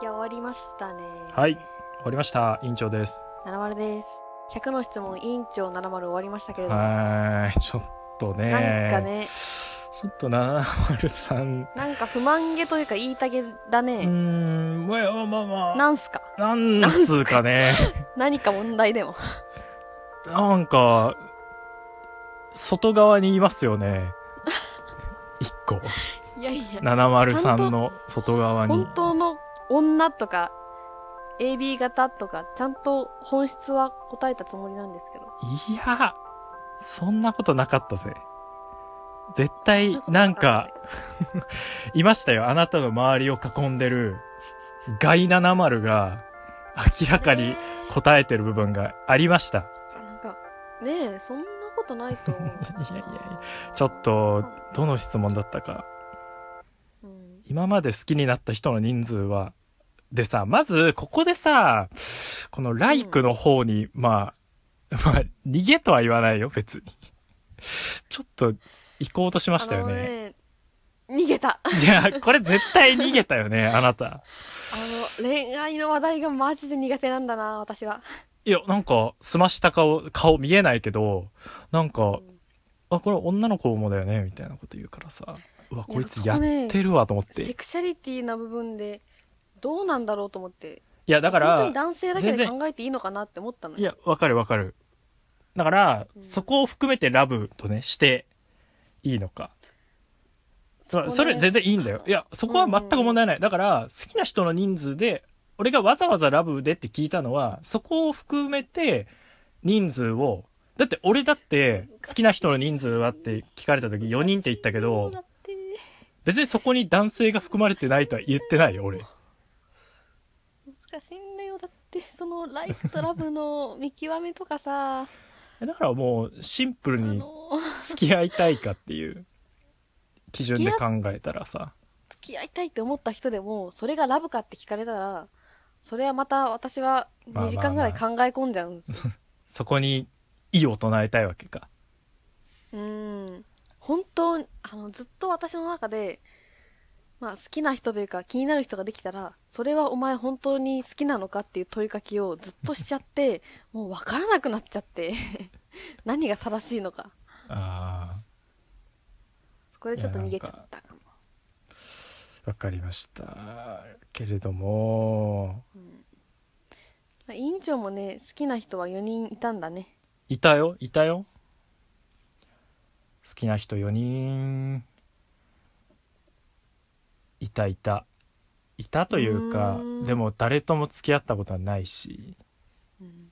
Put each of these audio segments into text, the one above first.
いや、終わりましたね。はい。終わりました。委員長です。七丸です。100の質問、委員長七丸終わりましたけれども、はーい。ちょっとね。なんかね。ちょっとな、丸さん。なんか不満げというか言いたげだうねー。ん、まあまあまあまあ。なんすかなんつうかね。何か問題でも。なんか、外側にいます よね。一個。 いやいや、 703の外側に本。当の女とか、AB 型とか、ちゃんと本質は答えたつもりなんですけど。いや、そんなことなかったぜ。絶対そ、ういうことなんか、いましたよ。あなたの周りを囲んでる、ガイ70が、明らかにね答えてる部分がありま した。えなんか、ねえ、そんなことないと思う。 いやいやいや、ちょっと、どの質問だったか。うん、今まで好きになった人の人数は、でさ、まず、ここでさ、このライクの方に、まあ、まあ、逃げとは言わないよ、別に。ちょっと、行こうとしましたよあのね。ね逃げた。あいや、これ絶対逃げたよね、あなた。の、恋愛の話題がマジで苦手なんだな、私は。いや、なんか、すました顔、顔見えないけど、なんか、あ、これ女の子もだよね、みたいなこと言うからさ、うわ、いやこいつそやこっねてるわ、と思って。セクシャリティな部分で、どうなんだろうと思って。いや、だか本当らに、男性だけで全然考えていいのかなって思ったのいよ。や、わかるわかる。だから、うんそこを含めてラブとね、していいのか。そこねそれ全然いいんだよ。いや、そこは全く問題ない。だから、好きな人の人数で、俺がわざわざラブでって聞いたのは、そこを含めて人数を、だって俺だって好きな人の人数はって聞かれた時4人って言ったけそうどだ、って別にそこに男性が含まれてないとは言ってないよ、俺。難しいんだよ。だって、その、ライフとラブの見極めとかさ、だからもうシンプルあにの、付き合いたいかっていう基準で考えたらさ。付き合いたいって思った人でも、それがラブかって聞かれたら、それはまた私はまあまあ2時間ぐらい考え込んじゃうんですよ。そこに意を唱えたいわけか。うん。本当に、あの、ずっと私の中で、まあ好きな人というか気になる人ができたら、それはお前本当に好きなのかっていう問いかけをずっとしちゃって、もうわからなくなっちゃって、 何が正しいのか。あそこでちょっと逃げちゃったかも。あ、わかりました。けれども、うんまあ、委員長もね、好きな人は4人いたんだね。いたよ、いたよ。好きな人4人、いたいた。いたというかうーん、でも誰とも付き合ったことはないし、うん、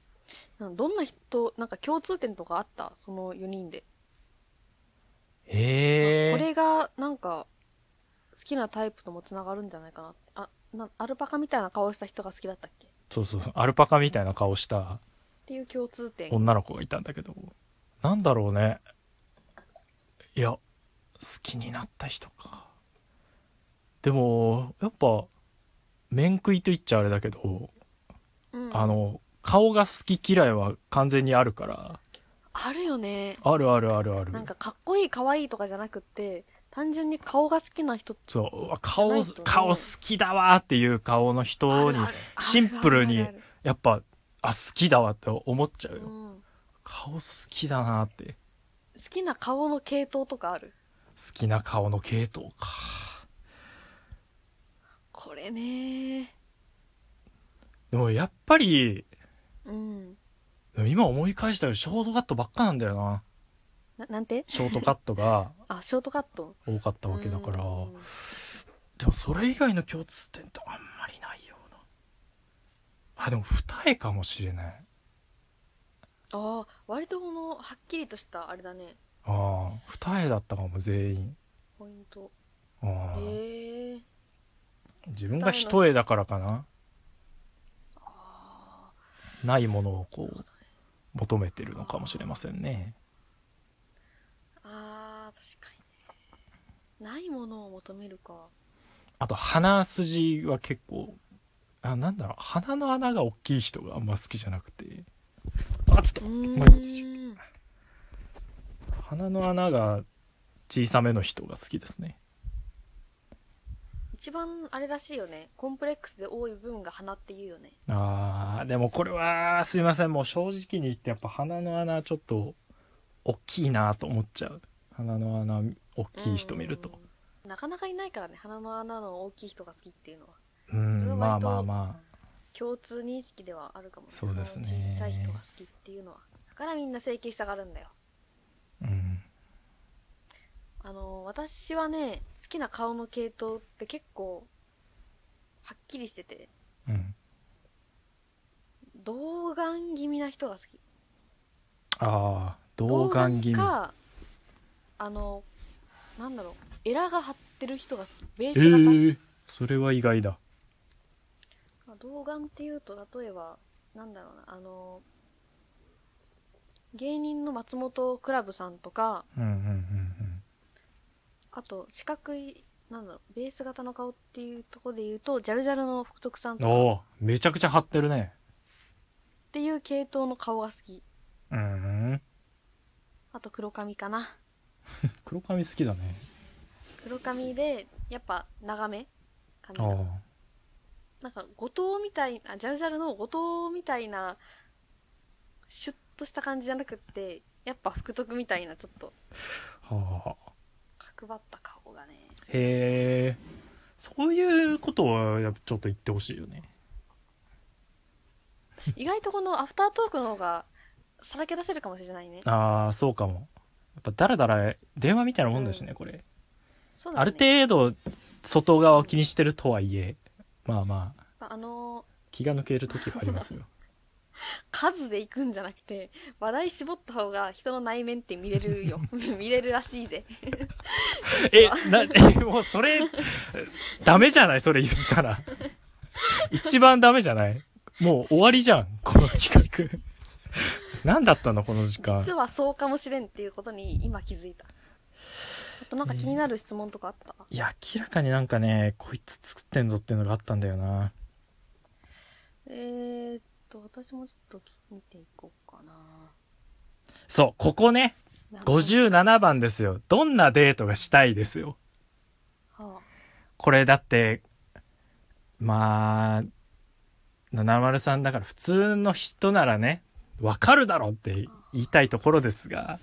なんかどんな人、なんか共通点とかあったその4人で。へこえ、れがなんか好きなタイプともつながるんじゃないかなってあなアルパカみたいな顔した人が好きだったっけっそうそう、アルパカみたいな顔したていう共通点女の子がいたんだけど、なんだろうね。いや、好きになった人か。でも、やっぱ、面食いと言っちゃあれだけど、うんあの、顔が好き嫌いは完全にあるから、あるよねあるあるあるある。なんかかっこいいかわいいとかじゃなくって単純に顔が好きな人そう、うわ顔、ないとね顔好きだわーっていう顔の人にあるあ、るシンプルにあるあるやっぱ、あ、好きだわって思っちゃあうるうよ。ん顔好きだなーって。好きな顔の系統とかある好きな顔の系統か。これねでもやっぱり、うんでも今思い返したらショートカットばっかなんだよな。ななんてショートカットがあショートカット多かったわけだから。うんでもそれ以外の共通点ってあんまりないような。あ、でも二重かもしれない。ああ割とこのはっきりとしたあれだねああ、二重だったかも、全員。ポイントああええ自分が一重だからかな。あーないものをこう、求めてるのかもしれませんね。あー確かにねないものを求めるかあと鼻筋は結構、あ、なんだろう、鼻の穴が大きい人があんま好きじゃなくて。あ、ちょっとうーんまあいいでし鼻の穴が小さめの人が好きですね。一番あれらしいよね。コンプレックスで多い部分が鼻って言うよね。あー、でもこれは、すいません。もう正直に言って、やっぱ鼻の穴ちょっと、大きいなと思っちゃう。鼻の穴、大きい人見ると。うん。なかなかいないからね、鼻の穴の大きい人が好きっていうのは。うそれはん、まあ割とまあまあ。共通認識ではあるかもそうですね小さい人が好きっていうのは。だからみんな整形したがるんだよ。うん。あの、私はね、好きな顔の系統って結構、はっきりしてて、うん。童顔気味な人が好き。ああ、童顔気味。か、あの、なんだろう、エラが張ってる人が好き。ベーええス型。ー、それは意外だ。まあ、童顔っていうと、例えば、なんだろうな、あの、芸人の松本クラブさんとか、うんうんうんうん。あと、四角い、なんだろう、ベース型の顔っていうところで言うと、ジャルジャルの福徳さんとかっおおめちゃくちゃ張ってるね。ていう系統の顔が好き。うん。あと黒髪かな。黒髪好きだね。黒髪で、やっぱ長め髪ああが。なんか、後藤みたいな、ジャルジャルの後藤みたいな、シュッとした感じじゃなくって、やっぱ福徳みたいなちょっとー。はあ。角張った顔がね。へえ。そういうことは、やっぱちょっと言ってほしいよね。意外とこのアフタートークの方が、さらけ出せるかもしれないね。ああ、そうかも。やっぱだらだら電話みたいなもんだしね、これ。そうだね。ある程度、外側を気にしてるとはいえ、まあまあ、まああの気が抜ける時はありますよ。ー数で行くんじゃなくて、話題絞った方が人の内面って見れる よ。見れるらしいぜ。 え、な、え、もうそれ、ダメじゃないそれ言ったら。一番ダメじゃないもう終わりじゃん、この企画。何だったのこの時間実。はそうかもしれんっていうことに今気づいた。あとなんか気になる質問とかあった、いや、明らかになんかね、こいつ作ってんぞっていうのがあったんだよな。えーっと、私もちょっと見ていこうかな。そう、ここね、なんか。 57番ですよ。どんなデートがしたいですよ。はあ、これだって、まあ、70さんだから普通の人ならね、わかるだろうって言いたいところですが、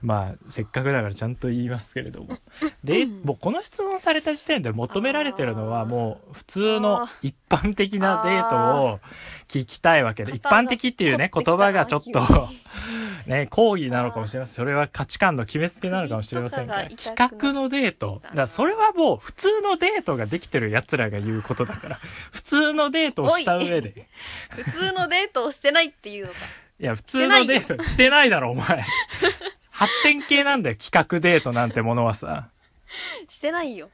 まあ、せっかくだからちゃんと言いますけれども。で、うんもうこの質問された時点で求められてるのあはーもう普通のあー一般的なデートを聞きたいわけで、一肩が般的っていうね、凝言ってきたな葉がちょっと急に、 ね、講義なのかもしれません。それは価値観の決めつけなのかもしれませんが、首とかが痛企くなる画のデート。だからそれはもう普通のデートができてる奴らが言うことだから、普通のデートをした上で。普通のデートをしてないっていうのか。いや、普通のデートしてないだろ、お前。発展系なんだよ、企画デートなんてものはさ。 してないよ。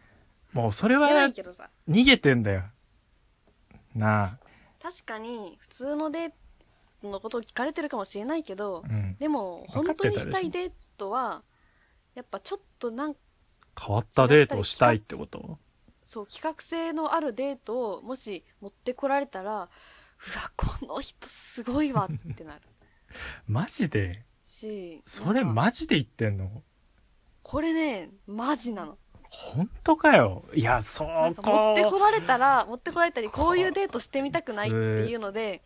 もうそれしてなはいけどさ。逃げてんだよ。な確かに、普通のデートのことを聞かれてるかもしれないけどあ。う、ん。でも、本分かっ当てたでにしょしたいデートは、やっぱちょっとなん変わったデートをしたいってことそう、企画性のあるデートを、もし持ってこられたら、うわ、この人すごいわってなるマジでし、そなれんかマジで言ってんのこれね、マジなの。本当かよ。いや、そなんか持こってこられたら、持ってこられたり、こういうデートしてみたくないってこいついうので、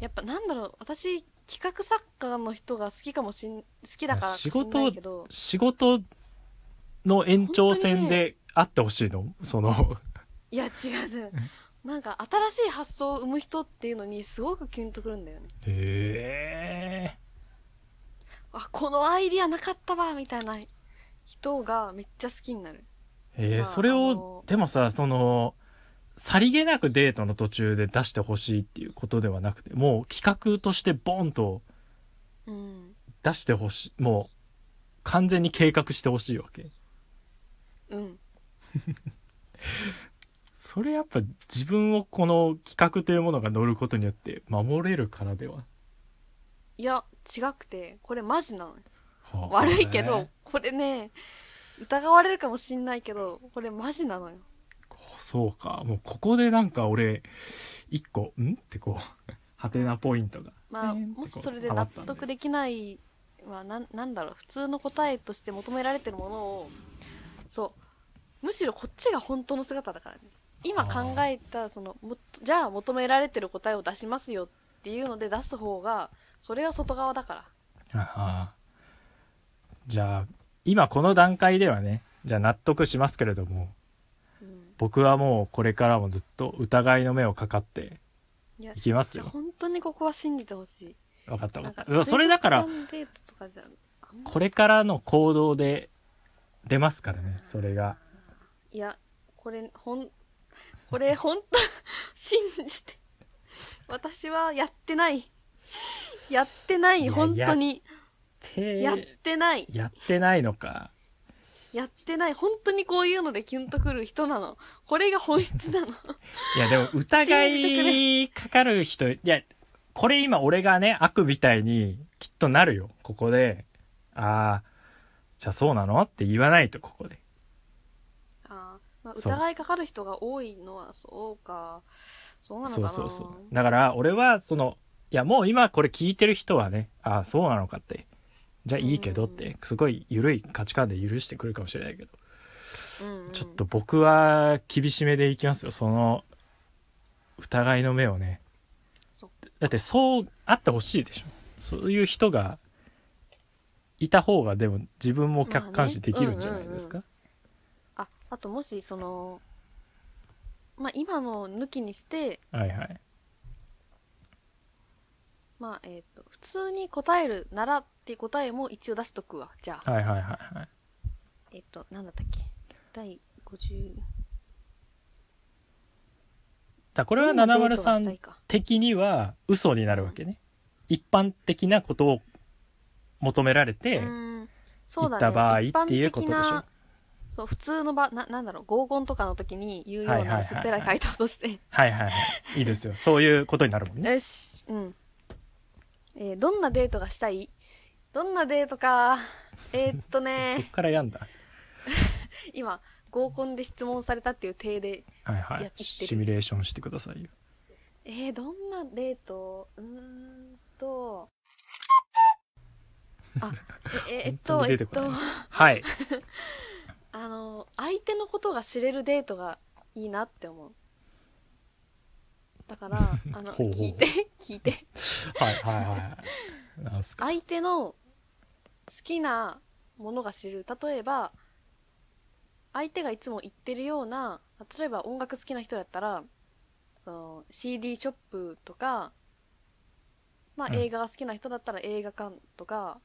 やっぱなんだろう、私、企画作家の人が好きかもしん、好きだからかもしんないけど、仕事の延長線であってほしいの、その、いや、違う違う。なんか、新しい発想を生む人っていうのに、すごくキュンとくるんだよね。へえ。あ、このアイディアなかったわ、みたいな人がめっちゃ好きになる。えまあそれあをの、でもさ、その、さりげなくデートの途中で出してほしいっていうことではなくて、もう企画としてボンとうん。出してほしい、もう完全に計画してほしいわけ。うん。それやっぱ自分をこの企画というものが乗ることによって守れるからでは。いや、違くて、これマジなの。はあ悪いけど、これね、疑われるかもしんないけど、これマジなのよ。そうか。もうここでなんか俺、一個、んってこう、 はてなポイントが。まあ、えーってこもうしそれで溜ま納ったん得できないは、なん、なんだろう、普通の答えとして求められてるものを、そう、むしろこっちが本当の姿だからね。今考えた、その、もっとじゃあ求められてる答えを出しますよっていうので出す方が、それは外側だから。ああじゃあ、今この段階ではね、じゃあ納得しますけれども、うん。僕はもうこれからもずっと疑いの目をかかっていやい、きますじゃあよ。本当にここは信じてほしわかったい。わなんかかったうわ。それだから、水族館デートとかじゃあんまこれからの行動で出ますからね、それが。いや、これ、ほん、こ れ、ほんと、信じて。私はやってない。やってないい、や本当に。てやってない。やってないのか。やってない。本当にこういうのでキュンとくる人なの。これが本質 なの。いや、でも疑いかかる人、いや、これ今俺がね、悪みたいにきっとなるよ、ここで。ああ、じゃあそうなのって言わないと、ここで。あーまあ、そう疑いかかる人が多いのはそうか。そうなのかそうな。そうそう。だから、俺は、その、いや、もう今これ聞いてる人はね、ああ、そうなのかって。じゃあいいけどって、すごい緩い価値観で許してくるかもしれないけど。うんうんちょっと僕は厳しめでいきますよ、その、疑いの目をね。そっかだってそうあってほしいでしょ。そういう人が、いた方がでも自分も客観視できるんじゃないですか。あ、あともし、その、まあ、今の抜きにして、はいはい。まあ、えっ、と、普通に答えるならっていう答えも一応出しとくわ。じゃあ、はいはいはいはい。えっ、と、なんだったっけ。第50。だからこれはどんなデートが703したいか的には嘘になるわけね。一般的なことを求められて、うーんそうだね。行った場合っていうことでしょ一般的なそう、普通の場、な、なんだろう、合コンとかの時に言うよはいうはいはいはない薄っぺらい回答として。はいはいはい。いいですよ。そういうことになるもんね。よし、うん。えーどんなデートがしたいどんなデートか。えーっと そっね、からやんだ。今、合コンで質問されたっていう体で、はいはいやいっ。てるシミュレーションしてくださいよ。えー、どんなデートうーんと。あ、 え、えっ本当と、にえ出ってことない、はい。あの、相手のことが知れるデートがいいなって思う。だから、 あの、ほうほう聞いて、聞いて。はいはいはい。なんすか。相手の好きなものが知る。例えば、相手がいつも言ってるような、例えば音楽好きな人だったら、その CD ショップとか、まあうん映画が好きな人だったら映画館とか、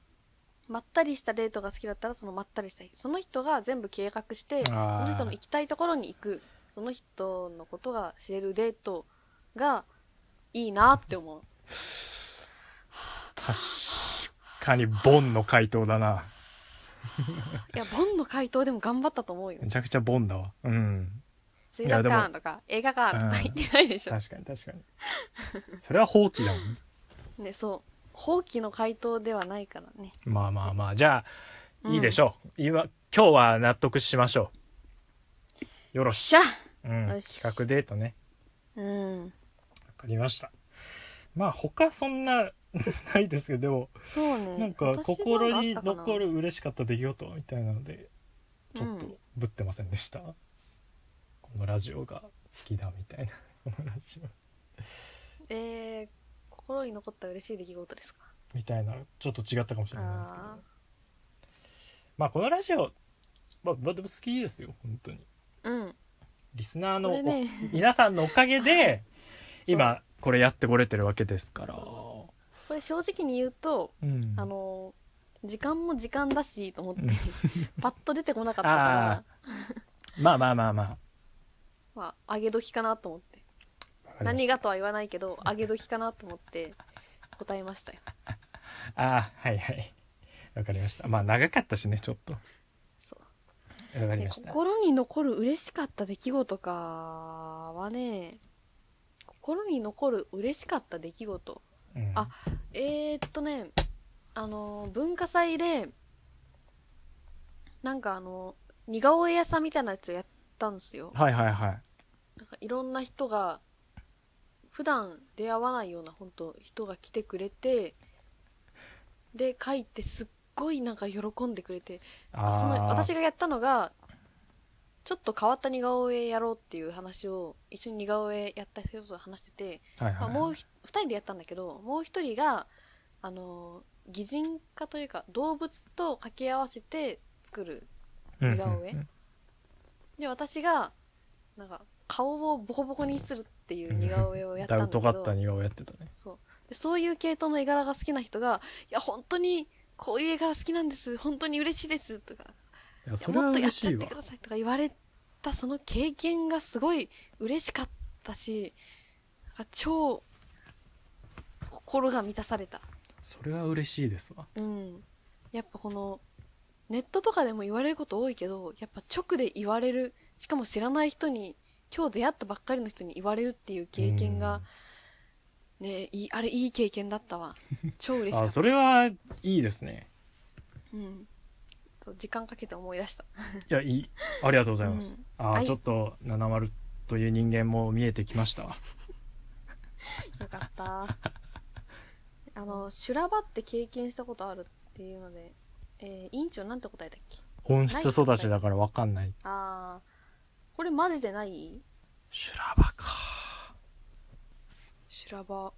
まったりしたデートが好きだったらそのまったりした人。その人が全部計画して、そあーの人の行きたいところに行く。その人のことが知れるデートがいいなって思う。確かに、ボンの回答だな。いや、ボンの回答でも頑張ったと思うよ。めちゃくちゃボンだわ。うん。水族館とか映画館とか行ってないでしょ。確かに確かに。それは放棄だもん。ね、そう。放棄の回答ではないからね。まあまあまあ。じゃあ、うんいいでしょう。今、今日は納得しましょう。よよろっし。しゃうよん。企し画デートね。うん。わかりました。まあ他そんな ないですけど、でもそうね。なんか心私になんかあったか残な。る嬉しかった出来事みたいなので、ちょっうんとぶってませんでした。このラジオが好きだみたいな、 このラジオえー、心に残った嬉しい出来事ですか。みたいな、ちょっと違ったかもしれないですけどあ。まあこのラジオ、まあ、まあでも好きですよ、本当に。うん。リスナこーのれね、皆さんのおか げで、う今これやってこれてるわけですから。これ正直に言うと、うん。あの、時間も時間だしと思って、 パッと出てこなかったかあら、まあまあまあまあ。まあ、上げ時かなと思って。わかりました何がとは言わないけど、上げ時かなと思って答えましたよ。ああ、はいはい。わかりました。まあ長かったしね、ちょっと。そう。わかりねました。心に残る嬉しかった出来事かはね、心に残る嬉しかった出来事。うんあえー、っとね、あの、文化祭で、なんかあの、似顔絵屋さんみたいなやつやったんですよ。はいはいはい。なんかいろんな人が、普段出会わないような本当人が来てくれて、で、書いてすっごいなんか喜んでくれて、あそのあ。私がやったのがちょっと変わった似顔絵やろうっていう話を、一緒に似顔絵やった人と話してて、はいまはあ、い。もうひ二人でやったんだけど、もう一人が、あのー、擬人化というか、動物と掛け合わせて作る。うん似顔絵うんで、私が、なんか、顔をボコボコにするっていう似顔絵をやったんだいだぶけど。尖った似顔絵やってたね。そうで。そういう系統の絵柄が好きな人が、いや、本当に、こういう絵柄好きなんです。本当に嬉しいです。とか、いや、いそやれもはっとや嬉っちゃしっいてわく。ださいとか言われたその経験がすごい嬉しかったし、なんか超、心が満たされた。それは嬉しいですわ。うん。やっぱこの、ネットとかでも言われること多いけど、やっぱ直で言われる、しかも知らない人に、今日出会ったばっかりの人に言われるっていう経験が、ねいい、あれいい経験だった わ。超嬉うしん。かっあ、た。それはいいですね。うん。そう、時間かけて思い出した。いや、いい。ありがとうございます。うんあ、はいちょっと、七丸という人間も見えてきましたわ。よかった。あの、修羅場って経験したことあるっていうので、えー、委員長なんて答えたっけ本質育ちだからわかんない。あー、これマジでない修羅場か。修羅場。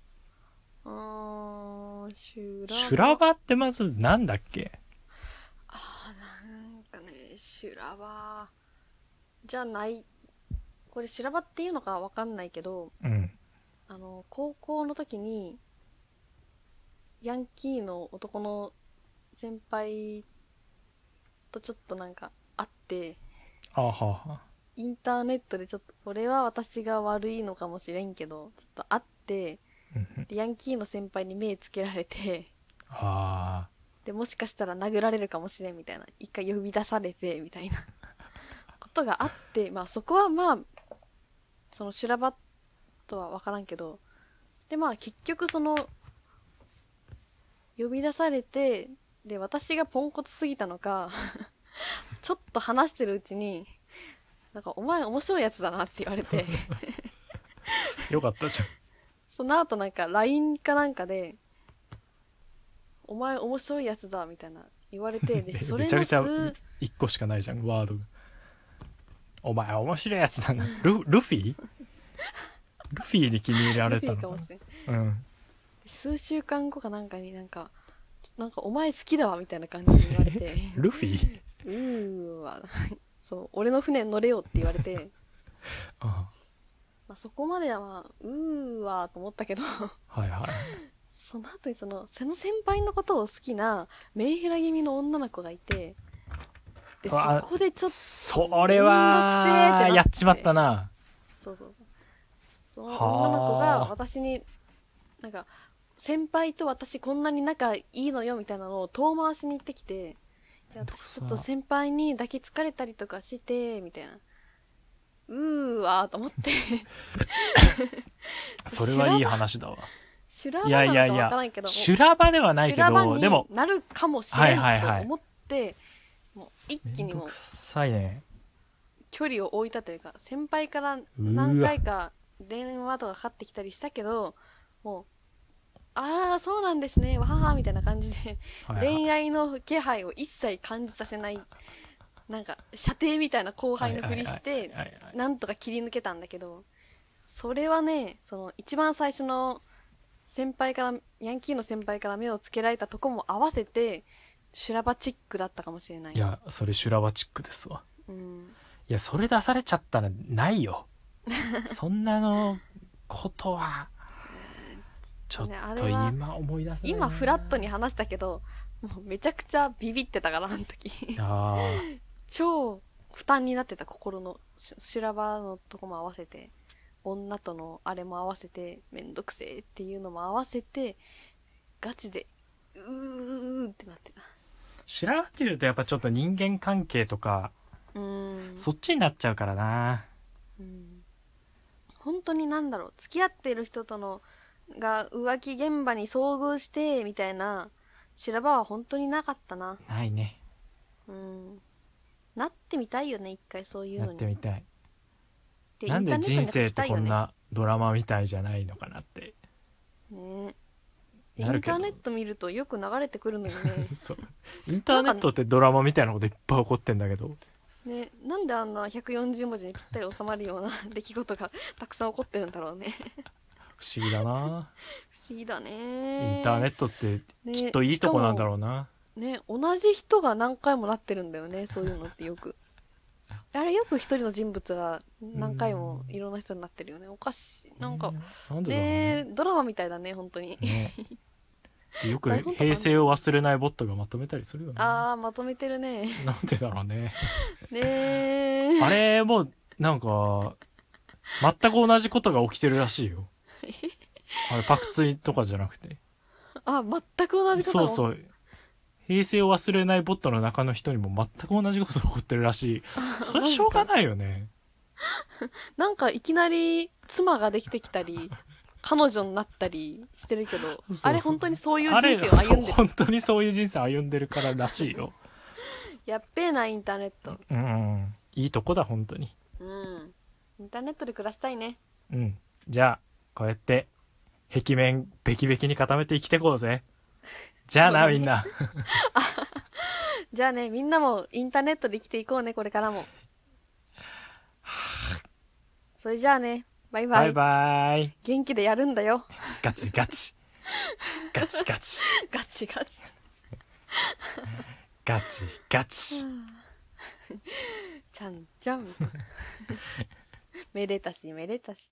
うーん、修羅場。修羅場ってまずなんだっけあー、なんかね、修羅場。じゃない。これ修羅場っていうのかわかんないけど、うん。あの、高校の時に、ヤンキーの男の先輩とちょっとなんか会って、あはあはあ。インターネットでちょっと、これは私が悪いのかもしれんけど、ちょっと会って、うんうんでヤンキーの先輩に目つけられて、あで、もしかしたら殴られるかもしれんみたいな。一回呼び出されて、みたいな ことがあって、まあそこはまあ、その修羅場とはわからんけど、でまあ結局その、呼び出されて、で、私がポンコツすぎたのか、 ちょっと話してるうちに、なんかお前面白いやつだなって言われて、あ。よかったじゃん。その後なんか LINE かなんかで、お前面白いやつだ、みたいな言われ て、で、めそれのめちゃくちゃ数、一個しかないじゃん、ワードが。お前面白いやつだな。ル、ルフィルフィに気に入られたルフィのかかもなしれんうん。で数週間後かなんかになんか、なんかお前好きだわ、みたいな感じで言われ て、ルフィうーわ、そう、俺の船に乗れよって言われて、あまあそこまではまあ、うーわと思ったけど、 あはいはい。その後にその、その先輩のことを好きな、メンヘラ気味の女の子がいて、で、うそわこでちょっと、それめんどくせーってなっは、てやっちまったな。そうそう。その女の子がはあ私に、なんか、先輩と私こんなに仲いいのよみたいなのを遠回しに言ってきて、でめんどく私さちょっと先輩に抱きつかれたりとかして、みたいな。うーわーと思って、 それはいい話だわ。修羅場いなのやいかわからやいやないけ、ど、修羅場ではないけ修羅場ど、にでも、なるかもしれはんいとはいはい思って、もう一め気んにどもうくさいね。距離を置いたというか、先輩から何回か電話とかかかってきたりしたけど、もう、ああ、そうなんですね、わはは、みたいな感じで、はいはい恋愛の気配を一切感じさせない、なんか、射程みたいな後輩のふりしはいてはい、はいはいなんとか切り抜けたんだけど、それはね、その、一番最初の先輩から、ヤンキーの先輩から目をつけられたとこも合わせて、修羅場チックだったかもしれない。いや、それ修羅場チックですわ。うん。いや、それ出されちゃったらな いよ。そんなのことは、ちょっねあれとは今思い出せないな今フラットに。話したけど、もうめちゃくちゃビビってたから、あの時。あー超負担になってた心の、し修羅場のとこも合わせて、女とのあれも合わせて、めんどくせえっていうのも合わせて、ガチで、うーってなってた。修羅場っていうとやっぱちょっと人間関係とか、うーん。そっちになっちゃうからな。うん本当になんだろう、付き合ってる人との、が浮気現場に遭遇して、みたいな、修羅場は本当になかったな。ないね。うん。なってみたいよね、一回そういうやのっにて。みたい。でなんで人生イってこん。ンターネットに書きたいよねなドラマみたいじゃないのかな って。ねでイなるンけタど。ーネット見るとよく流れてくるのよねそう。インターネットってドラマみたいなこといっぱい起こってんだけど。ね、なんであんな140文字にぴったり収まるような 出来事がたくさん起こってるんだろうね。 不思議だな、不思議だね。インターネットってねきっといいとこなんだろうな、ね、同じ人が何回もなってるんだよね、そういうのってよく。あれよく一人の人物が何回もいろんな人になってるよね。おかしい。なんか、なんでだろうねねドラマみたいだね、本当に。ねでよく台本とかあんの平成を忘れないボットがまとめたりするよね あー、まとめてるね。なんでだろうねねえ。あれもなんか全く同じことが起きてるらしいよあれパクツイとかじゃなくてあ、全く同じことそうう。そう平成を忘れないボットの中の人にも全く同じことが起こってるらしいそれはしょうがないよねなんかいきなり妻ができてきたり、彼女になったりしてるけどそう、そうあれ本当にそういう人あれ生を歩んそでうる。本当にそういう人生歩んでるかららしいよやっべえな、インターネット。うんいいとこだ本当にうん。インターネットで暮らしたいね。うん。じゃあ、こうやって、壁面、べきべきに固めて生きてこうぜ。じゃあな、そうだねみんな。じゃあね、みんなもインターネットで生きていこうね、これからも。それじゃあね、バイバイ。バイバイ。元気でやるんだよ。 ガチガチ。ガチガチ。ガチガチ。ガチガチ。ちゃんちゃん。めでたし、めでたし。